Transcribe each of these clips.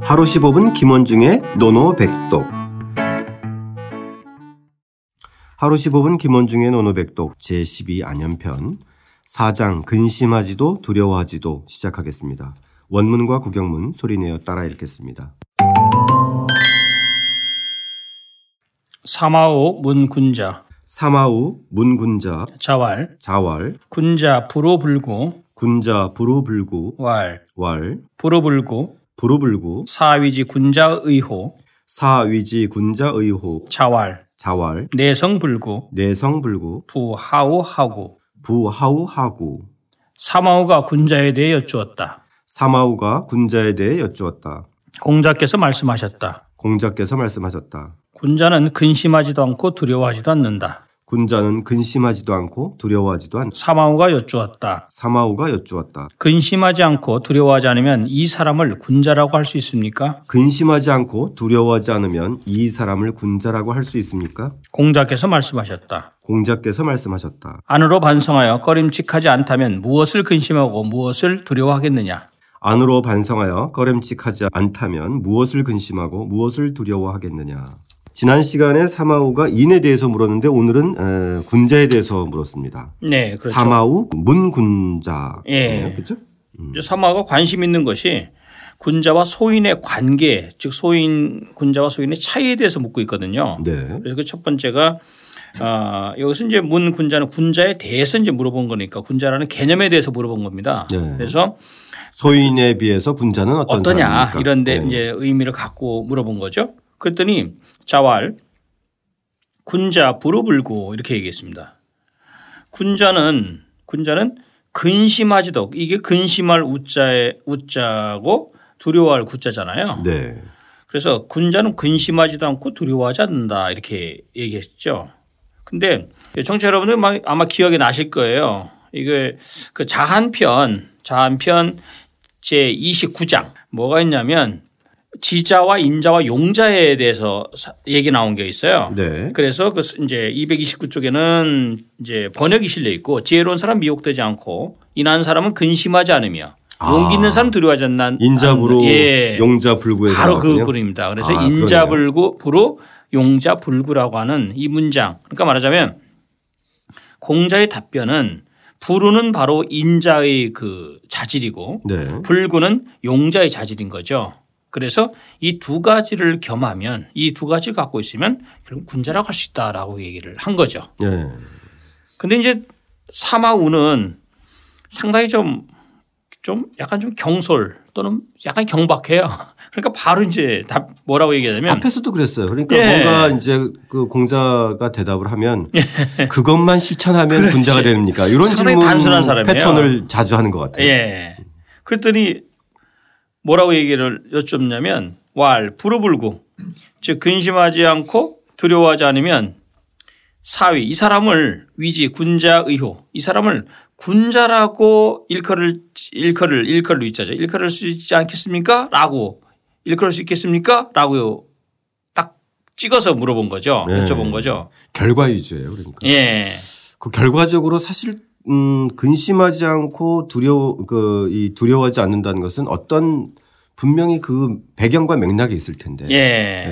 하루 15분 김원중의 노노백독 하루 15분 김원중의 노노백독 제12 안연편 4장 근심하지도 두려워하지도 시작하겠습니다. 원문과 구경문 소리내어 따라 읽겠습니다. 사마오 문군자 사마우 문군자 자왈 자왈 군자 불호불구 군자 부르불구 왈 왈 불호불구 부르불구 사위지 군자의호 사위지 군자의호 자왈 자왈 내성불구 내성불구 부하오하구 부하우하구 사마오가 군자에 대해 여쭈었다. 사마우가 군자에 대해 여쭈었다. 공자께서 말씀하셨다. 공자께서 말씀하셨다. 군자는 근심하지도 않고 두려워하지도 않는다. 군자는 근심하지도 않고 두려워하지도 않다. 사마오가 여쭈었다. 사마우가 여쭈었다. 근심하지 않고 두려워하지 않으면 이 사람을 군자라고 할 수 있습니까? 근심하지 않고 두려워하지 않으면 이 사람을 군자라고 할 수 있습니까? 공자께서 말씀하셨다. 공자께서 말씀하셨다. 안으로 반성하여 꺼림칙하지 않다면 무엇을 근심하고 무엇을 두려워하겠느냐? 안으로 반성하여 꺼림칙하지 않다면 무엇을 근심하고 무엇을 두려워하겠느냐. 지난 시간에 사마우가 인에 대해서 물었는데 오늘은 에, 군자에 대해서 물었습니다. 네, 그렇죠. 사마우 문군자. 예. 네, 그렇죠? 사마가 관심 있는 것이 군자와 소인의 관계, 즉 소인 군자와 소인의 차이에 대해서 묻고 있거든요. 네. 그래서 그 첫 번째가 아, 여기서 이제 문 군자는 군자에 대해서 이제 물어본 거니까 군자라는 개념에 대해서 물어본 겁니다. 네. 그래서 소인에 비해서 군자는 어떤 어떠냐 사람입니까? 이런데 네. 이제 의미를 갖고 물어본 거죠. 그랬더니 자왈 군자 불호불구 이렇게 얘기했습니다. 군자는 군자는 근심하지도 이게 근심할 우자에 우자고 두려워할 구자잖아요. 네. 그래서 군자는 근심하지도 않고 두려워하지 않는다 이렇게 얘기했죠. 근데 청취자 여러분들 막 아마 기억이 나실 거예요. 이게 그 자한편 자한편 제 29장 뭐가 있냐면 지자와 인자와 용자에 대해서 사- 얘기 나온 게 있어요. 네. 그래서 그 이제 229쪽에는 이제 번역이 실려 있고 지혜로운 사람 미혹되지 않고 인한 사람은 근심하지 않으며 용기 있는 사람 두려워하지 않는 아. 인자부로 예. 용자 불구에서 바로 그 나왔군요. 부름입니다. 그래서 아, 인자불구 부로 용자불구라고 하는 이 문장. 그러니까 말하자면 공자의 답변은 부르는 바로 인자의 그 자질이고 네. 불구는 용자의 자질인 거죠. 그래서 이 두 가지를 겸하면 이 두 가지를 갖고 있으면 결국 군자라고 할 수 있다라고 얘기를 한 거죠. 예. 근데 이제 사마우는 상당히 좀, 좀 약간 좀 경솔 또는 약간 경박해요. 그러니까 바로 이제 답 뭐라고 얘기하냐면 앞에서도 그랬어요. 그러니까 예. 뭔가 이제 그 공자가 대답을 하면 그것만 실천하면 군자가 됩니까? 이런 예. 상당히 질문 단순한 사람이에요. 패턴을 자주 하는 것 같아요. 예. 그랬더니 뭐라고 얘기를 여쭙냐면 왈 부르불구 즉 근심하지 않고 두려워하지 않으면 사위 이 사람을 위지 군자 의호 이 사람을 군자라고 일컬을 일컬을 일컬로 있자죠 일컬을 수 있지 않겠습니까?라고 일컬을 수 있겠습니까?라고 딱 찍어서 물어본 거죠 네. 여쭤본 거죠 결과 위주예요. 그러니까 예 그 결과적으로 사실 음 근심하지 않고 두려워 그 이 두려워하지 않는다는 것은 어떤 분명히 그 배경과 맥락이 있을 텐데. 예.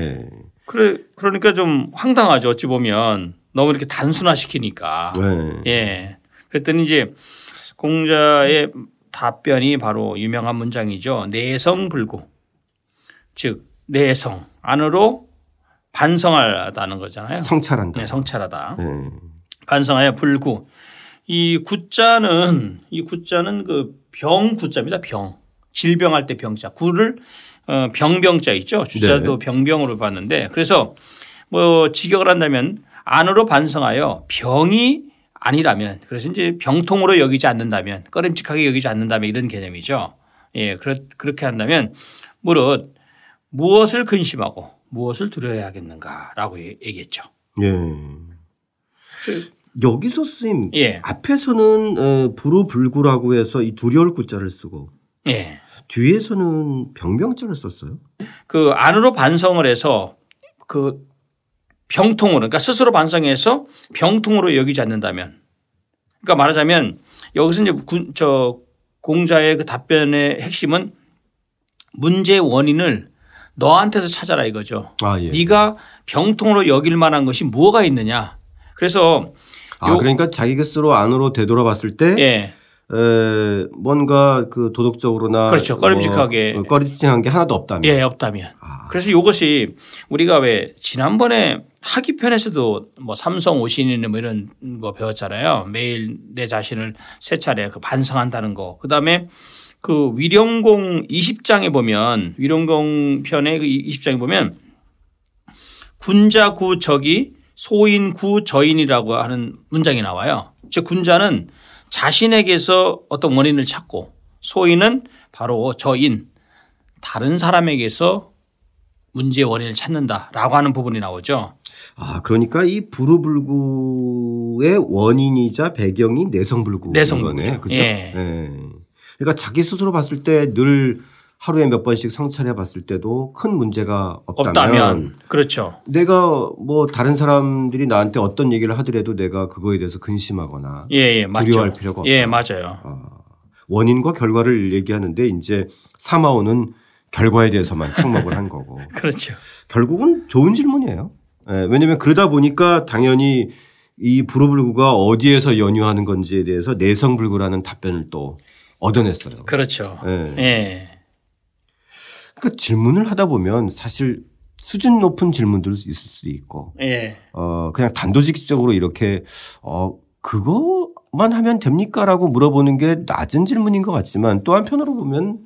예. 그래 그러니까 좀 황당하죠 어찌 보면 너무 이렇게 단순화시키니까 예. 예 그랬더니 이제 공자의 답변이 바로 유명한 문장이죠 내성불구 즉 내성 안으로 반성하다는 거잖아요 성찰한다. 네, 성찰하다 예. 반성하여 불구 이 구자는 이 구자는 그 병 구자입니다 병 질병할 때 병자 구를 어, 병병자 있죠 주자도 병병으로 봤는데 그래서 뭐 직역을 한다면 안으로 반성하여 병이 아니라면 그래서 이제 병통으로 여기지 않는다면 꺼림칙하게 여기지 않는다면 이런 개념이죠 예 그렇, 그렇게 한다면 무릇 무엇을 근심하고 무엇을 두려워야 하겠는가라고 얘- 얘기했죠 예. 여기서 쓰임 예 앞에서는 어, 부르불구라고 해서 이 두려울 구자를 쓰고 예. 뒤에서는 병병자를 썼어요. 그 안으로 반성을 해서 그 병통으로 그러니까 스스로 반성해서 병통으로 여기지 않는다면 그러니까 말하자면 여기서 이제 군, 저 공자의 그 답변의 핵심은 문제의 원인을 너한테서 찾아라 이거죠. 아, 예. 네가 병통으로 여길 만한 것이 뭐가 있느냐. 그래서 아, 요- 그러니까 자기 스스로 안으로 되돌아봤을 때 예. 에, 뭔가 그 도덕적으로나 그렇죠. 꺼림직하게. 뭐, 어, 꺼림직한 게 하나도 없다면 예, 없다면. 아. 그래서 이것이 우리가 왜 지난번에 학기 편에서도 뭐 삼성 오신이나 뭐 이런 거 배웠잖아요. 매일 내 자신을 세 차례 그 반성한다는 거. 그 다음에 그 위령공 20장에 보면 위령공 편의 그 20장에 보면 군자 구 적이 소인 구 저인이라고 하는 문장이 나와요. 즉 군자는 자신에게서 어떤 원인을 찾고 소인은 바로 저인 다른 사람에게서 문제의 원인을 찾는다라고 하는 부분이 나오죠. 아 그러니까 이 부르불구의 원인이자 배경이 내성불구 내성불구죠. 그렇죠 예. 그러니까 자기 스스로 봤을 때 늘 하루에 몇 번씩 성찰해 봤을 때도 큰 문제가 없다면, 없다면 그렇죠. 내가 뭐 다른 사람들이 나한테 어떤 얘기를 하더라도 내가 그거에 대해서 근심하거나 예, 예, 맞죠. 두려워할 필요가 없다. 예, 맞아요. 아, 원인과 결과를 얘기하는데 이제 사마오는 결과에 대해서만 착목을 한 거고 그렇죠. 결국은 좋은 질문이에요. 예, 왜냐하면 그러다 보니까 당연히 이 불호불구가 어디에서 연유하는 건지에 대해서 내성불구라는 답변을 또 얻어냈어요. 그렇죠. 예. 예. 그러니까 질문을 하다 보면 사실 수준 높은 질문들도 있을 수 있고 예. 어, 그냥 단도직입적으로 이렇게 어, 그거만 하면 됩니까라고 물어보는 게 낮은 질문인 것 같지만 또 한편으로 보면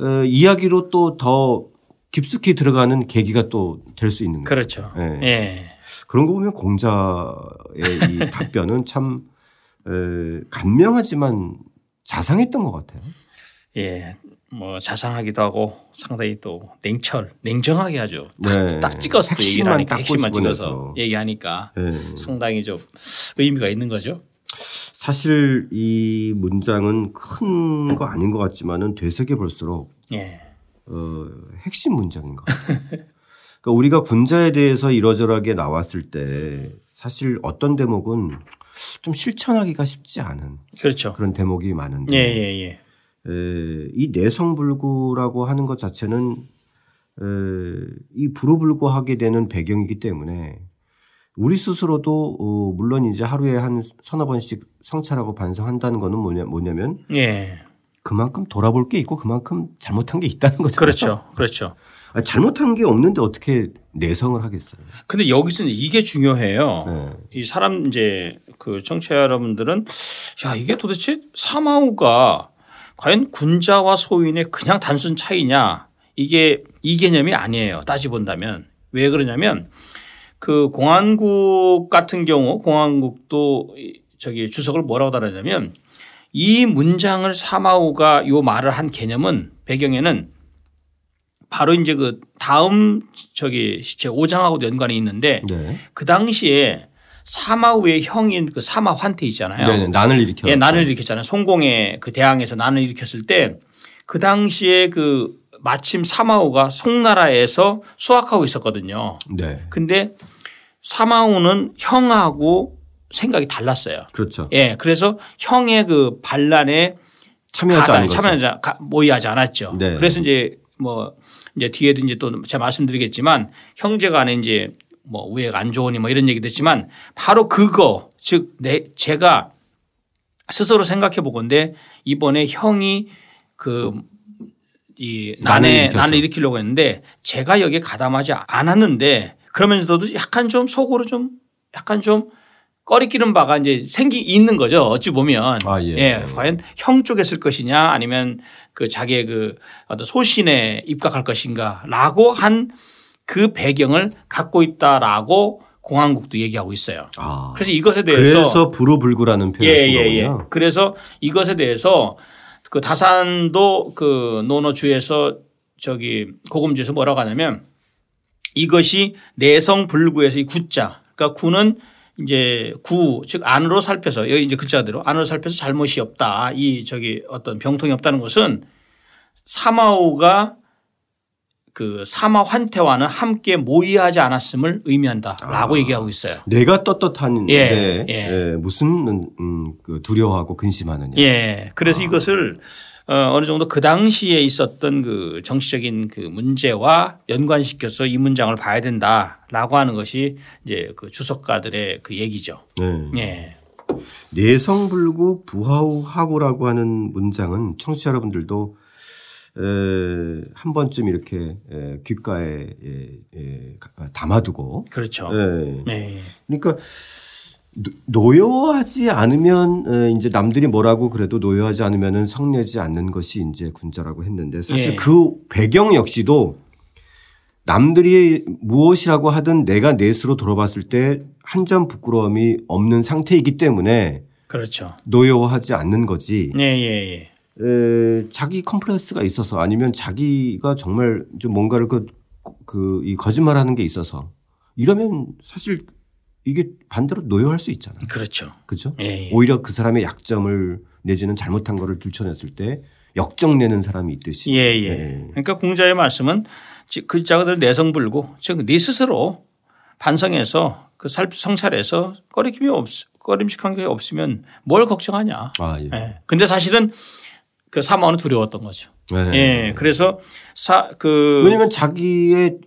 어, 이야기로 또 더 깊숙이 들어가는 계기가 또 될 수 있는 거예요. 그렇죠. 예. 예. 그런 거 보면 공자의 이 답변은 참 에, 간명하지만 자상했던 것 같아요. 예. 뭐 자상하기도 하고 상당히 또 냉철, 냉정하게 아주 네. 딱 찍어서 또 얘기를 핵심만 하니까 딱 핵심만 꼬집어내서. 찍어서 얘기하니까 예. 상당히 좀 의미가 있는 거죠. 사실 이 문장은 큰 거 아닌 것 같지만은 되새겨볼수록 예. 어, 핵심 문장인 것 같아요. 그러니까 우리가 군자에 대해서 이러저러하게 나왔을 때 사실 어떤 대목은 좀 실천하기가 쉽지 않은 그렇죠. 그런 대목이 많은데 예, 예, 예. 에, 이 내성불구라고 하는 것 자체는 에, 이 불호불구하게 되는 배경이기 때문에 우리 스스로도 어, 물론 이제 하루에 한 서너 번씩 성찰하고 반성한다는 거는 뭐냐, 뭐냐면 예. 그만큼 돌아볼 게 있고 그만큼 잘못한 게 있다는 거죠. 그렇죠. 그렇죠. 아, 잘못한 게 없는데 어떻게 내성을 하겠어요. 근데 여기서 이제 이게 중요해요. 네. 이 사람 이제 그 청취자 여러분들은 야 이게 도대체 사마우가 과연 군자와 소인의 그냥 단순 차이냐 이게 이 개념이 아니에요. 따지 본다면 왜 그러냐면 그 공안국 같은 경우 공안국도 이- 저기 주석을 뭐라고 달았냐면 이 문장을 사마우가 요 말을 한 개념은 배경에는 바로 이제 그 다음 저기 제 5장하고도 연관이 있는데 네. 그 당시에 사마우의 형인 그 사마환태 있잖아요. 네, 네, 난을 일으켜. 예, 난을 일으켰잖아요. 송공의 그 대항에서 난을 일으켰을 때 그 당시에 그 마침 사마우가 송나라에서 수학하고 있었거든요. 네. 근데 사마우는 형하고 생각이 달랐어요. 그렇죠. 예, 그래서 형의 그 반란에 참여하지 않은 거죠. 참여하지 않- 가- 모의하지 않았죠. 네. 그래서 이제 뭐 이제 뒤에도 이제 또 제가 말씀드리겠지만 형제 간에 이제 뭐 우애가 안 좋으니 뭐 이런 얘기도 했지만 바로 그거 즉 내 제가 스스로 생각해 보건데 이번에 형이 그 이 난을 난에 일으켰어. 난을 일으키려고 했는데 제가 여기에 가담하지 않았는데 그러면서도 약간 좀 속으로 좀 약간 좀 꺼리끼는 바가 이제 생기 있는 거죠. 어찌 보면 아, 예. 과연 형 쪽에 쓸 것이냐 아니면 그 자기의 그 어떤 소신에 입각할 것인가라고 한 그 배경을 갖고 있다라고 공항국도 얘기하고 있어요. 아. 그래서 이것에 대해서 그래서 불호불구라는 표현을 쓴 예예예. 거군요. 그래서 이것에 대해서 그 다산도 그 노노주에서 저기 고금주에서 뭐라고 하냐면 이것이 내성 불구에서 이 구자 그러니까 구는 이제 구 즉 안으로 살펴서 여기 이제 글자대로 안으로 살펴서 잘못이 없다 이 저기 어떤 병통이 없다는 것은 사마오가 그 사마 환태와는 함께 모의하지 않았음을 의미한다라고 아. 얘기하고 있어요. 내가 떳떳한데 예, 예, 무슨 음, 그 두려워하고 근심하느냐. 예. 그래서 이것을 어, 어느 정도 그 당시에 있었던 그 정치적인 그 문제와 연관시켜서 이 문장을 봐야 된다라고 하는 것이 이제 그 주석가들의 그 얘기죠. 네. 예. 내성불구 부하우하고라고 하는 문장은 청취자 여러분들도 에, 한 번쯤 이렇게 에, 귓가에 예, 예, 가- 담아두고 그렇죠. 예. 네. 그러니까 노- 노여워하지 않으면 에, 이제 남들이 뭐라고 그래도 노여워하지 않으면은 성내지 않는 것이 이제 군자라고 했는데 사실 예. 그 배경 역시도 남들이 무엇이라고 하든 내가 넷으로 돌아봤을 때 한 점 부끄러움이 없는 상태이기 때문에 그렇죠. 노여워하지 않는 거지. 예, 예, 예. 에, 자기 컴플렉스가 있어서 아니면 자기가 정말 좀 뭔가를 그, 그, 이 거짓말하는 게 있어서 이러면 사실 이게 반대로 노여할 수 있잖아. 그렇죠. 그죠? 예, 예. 오히려 그 사람의 약점을 내지는 잘못한 거를 들춰냈을 때 역정내는 사람이 있듯이. 예, 예. 네. 그러니까 공자의 말씀은 지- 글자 그대로 내성불고 즉 네 스스로 반성해서 그 살- 성찰해서 꺼리낌이 없 꺼림직한 게 없으면 뭘 걱정하냐. 아, 예. 예. 근데 사실은 그 사망은 두려웠던 거죠. 예. 예. 그래서 사그 왜냐면 자기의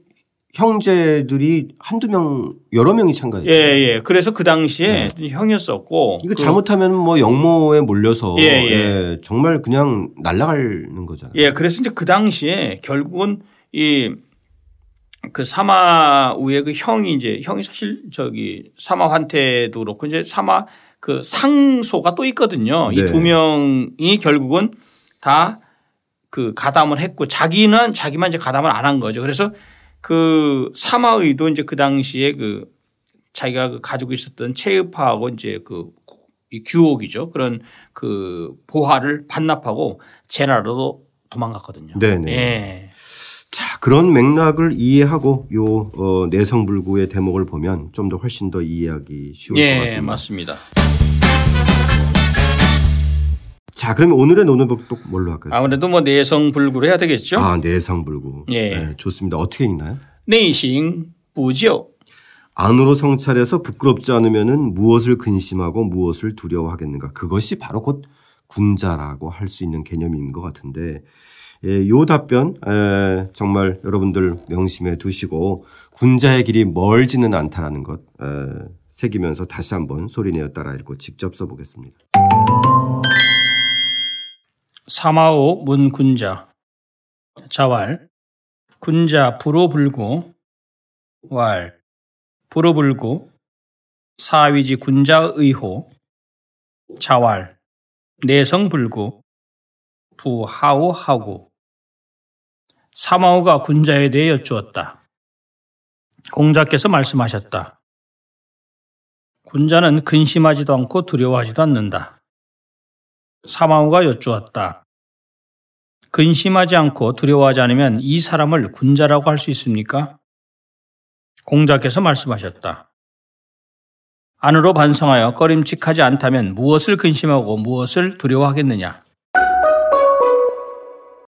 형제들이 한두 명, 여러 명이 참가했죠. 예, 예. 그래서 그 당시에 형이었었고 네. 이거 그- 잘못하면 뭐 영모에 몰려서 예, 예, 예. 정말 그냥 날아가는 거잖아요. 예, 그래서 이제 그 당시에 결국은 이 그 사마우의 그 형이 이제 형이 사실 저기 사마환태도 그렇고 이제 사마 그 상소가 또 있거든요. 이 네. 두 명이 결국은 다 그 가담을 했고 자기는 자기만 이제 가담을 안 한 거죠. 그래서 그 사마의도 이제 그 당시에 그 자기가 그 가지고 있었던 체읍하고 이제 그이 규옥이죠. 그런 그 보화를 반납하고 제나로 도망갔거든요. 네네. 예. 자, 그런 맥락을 이해하고 요 어, 내성불구의 대목을 보면 좀 더 훨씬 더 이해하기 쉬울 것 예, 같습니다. 맞습니다. 자, 그럼 오늘의 논어복독 뭘로 할까요? 아무래도 뭐 내성 불구를 해야 되겠죠. 아, 내성불구. 예. 네, 좋습니다. 어떻게 읽나요? 내싱 부지요. 안으로 성찰해서 부끄럽지 않으면은 무엇을 근심하고 무엇을 두려워하겠는가. 그것이 바로 곧 군자라고 할 수 있는 개념인 것 같은데, 예, 요 답변, 에, 정말 여러분들 명심해 두시고, 군자의 길이 멀지는 않다라는 것, 에, 새기면서 다시 한번 소리내어 따라 읽고 직접 써보겠습니다. 사마오 문군자 자왈 군자 불호 불고 왈 불호 불고 사위지 군자 의호 자왈 내성 불고 부하오 하고 사마오가 군자에 대해 여쭈었다. 공자께서 말씀하셨다. 군자는 근심하지도 않고 두려워하지도 않는다. 사마오가 여쭈었다. 근심하지 않고 두려워하지 않으면 이 사람을 군자라고 할 수 있습니까? 공자께서 말씀하셨다. 안으로 반성하여 꺼림칙하지 않다면 무엇을 근심하고 무엇을 두려워하겠느냐?